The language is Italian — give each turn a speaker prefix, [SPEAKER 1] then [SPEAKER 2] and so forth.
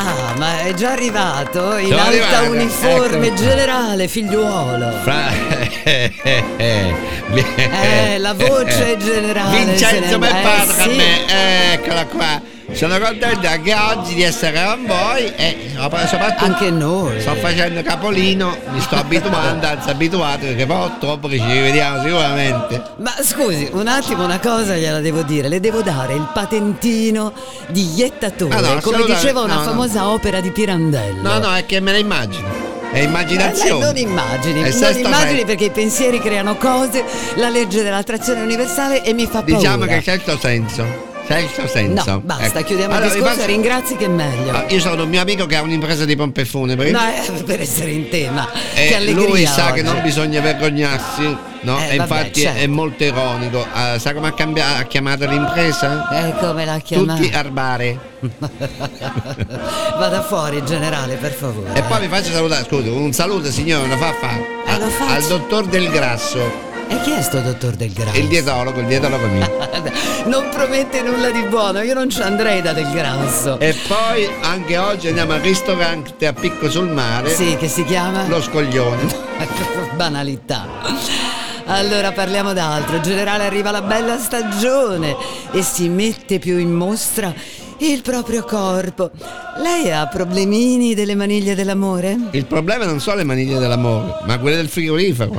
[SPEAKER 1] Ah, ma è già arrivato in
[SPEAKER 2] Sono
[SPEAKER 1] alta
[SPEAKER 2] arrivato,
[SPEAKER 1] uniforme
[SPEAKER 2] ecco.
[SPEAKER 1] generale, figliuolo.
[SPEAKER 2] Fra-
[SPEAKER 1] Eh, la voce generale. se ne-
[SPEAKER 2] Vincenzo
[SPEAKER 1] eh,
[SPEAKER 2] Belpadre,
[SPEAKER 1] sì.
[SPEAKER 2] me, eccola qua. Sono contento anche oggi di essere con voi e sopra- soprattutto
[SPEAKER 1] Anche noi.
[SPEAKER 2] sto facendo capolino, mi sto abituando, anzi abituato perché poi a ottobre ci rivediamo sicuramente.
[SPEAKER 1] Ma scusi, un attimo, una cosa gliela devo dire. Le devo dare il patentino di iettatore,
[SPEAKER 2] Ah, no,
[SPEAKER 1] come
[SPEAKER 2] assolutamente,
[SPEAKER 1] diceva una
[SPEAKER 2] no, no.
[SPEAKER 1] famosa opera di Pirandello.
[SPEAKER 2] No, no, è che me la immagino. È
[SPEAKER 1] Eh, lei
[SPEAKER 2] immaginazione.
[SPEAKER 1] non immagini,
[SPEAKER 2] È
[SPEAKER 1] non
[SPEAKER 2] sesto
[SPEAKER 1] immagini
[SPEAKER 2] senso.
[SPEAKER 1] perché i pensieri creano cose, la legge dell'attrazione universale e mi fa paura.
[SPEAKER 2] Diciamo che c'è il suo senso. C'è il suo senso.
[SPEAKER 1] No, basta,
[SPEAKER 2] Ecco.
[SPEAKER 1] chiudiamo
[SPEAKER 2] Allora,
[SPEAKER 1] il
[SPEAKER 2] vi
[SPEAKER 1] discorso,
[SPEAKER 2] faccio-
[SPEAKER 1] ringrazi che è meglio.
[SPEAKER 2] Ah, Io sono un mio amico che ha un'impresa di pompe funebri.
[SPEAKER 1] No, eh, per essere in tema. che
[SPEAKER 2] E
[SPEAKER 1] allegria
[SPEAKER 2] Eh, lui sa
[SPEAKER 1] oggi.
[SPEAKER 2] che non bisogna vergognarsi, no?
[SPEAKER 1] Eh,
[SPEAKER 2] e
[SPEAKER 1] vabbè,
[SPEAKER 2] infatti
[SPEAKER 1] certo.
[SPEAKER 2] è molto ironico. Ah, sa come ha, cambia- ha chiamato l'impresa?
[SPEAKER 1] Eh, come l'ha chiamata?
[SPEAKER 2] Tutti arbare.
[SPEAKER 1] Vada fuori, generale, per favore.
[SPEAKER 2] E poi vi faccio salutare, scusa, un saluto signore, lo fa fare
[SPEAKER 1] Eh, lo
[SPEAKER 2] a-
[SPEAKER 1] faccio.
[SPEAKER 2] al dottor Del Grasso,
[SPEAKER 1] E chi è sto dottor Del Grasso?
[SPEAKER 2] il dietologo, il dietologo mio.
[SPEAKER 1] Non promette nulla di buono, io non ci andrei da Del Grasso.
[SPEAKER 2] e poi anche oggi andiamo al ristorante a Picco sul Mare,
[SPEAKER 1] Sì, che si chiama?
[SPEAKER 2] eh, lo scoglione.
[SPEAKER 1] Banalità. Allora parliamo d'altro. Generale arriva la bella stagione e si mette più in mostra il proprio corpo. Lei ha problemini delle maniglie dell'amore?
[SPEAKER 2] Il problema non sono le maniglie dell'amore, ma quelle del frigorifero.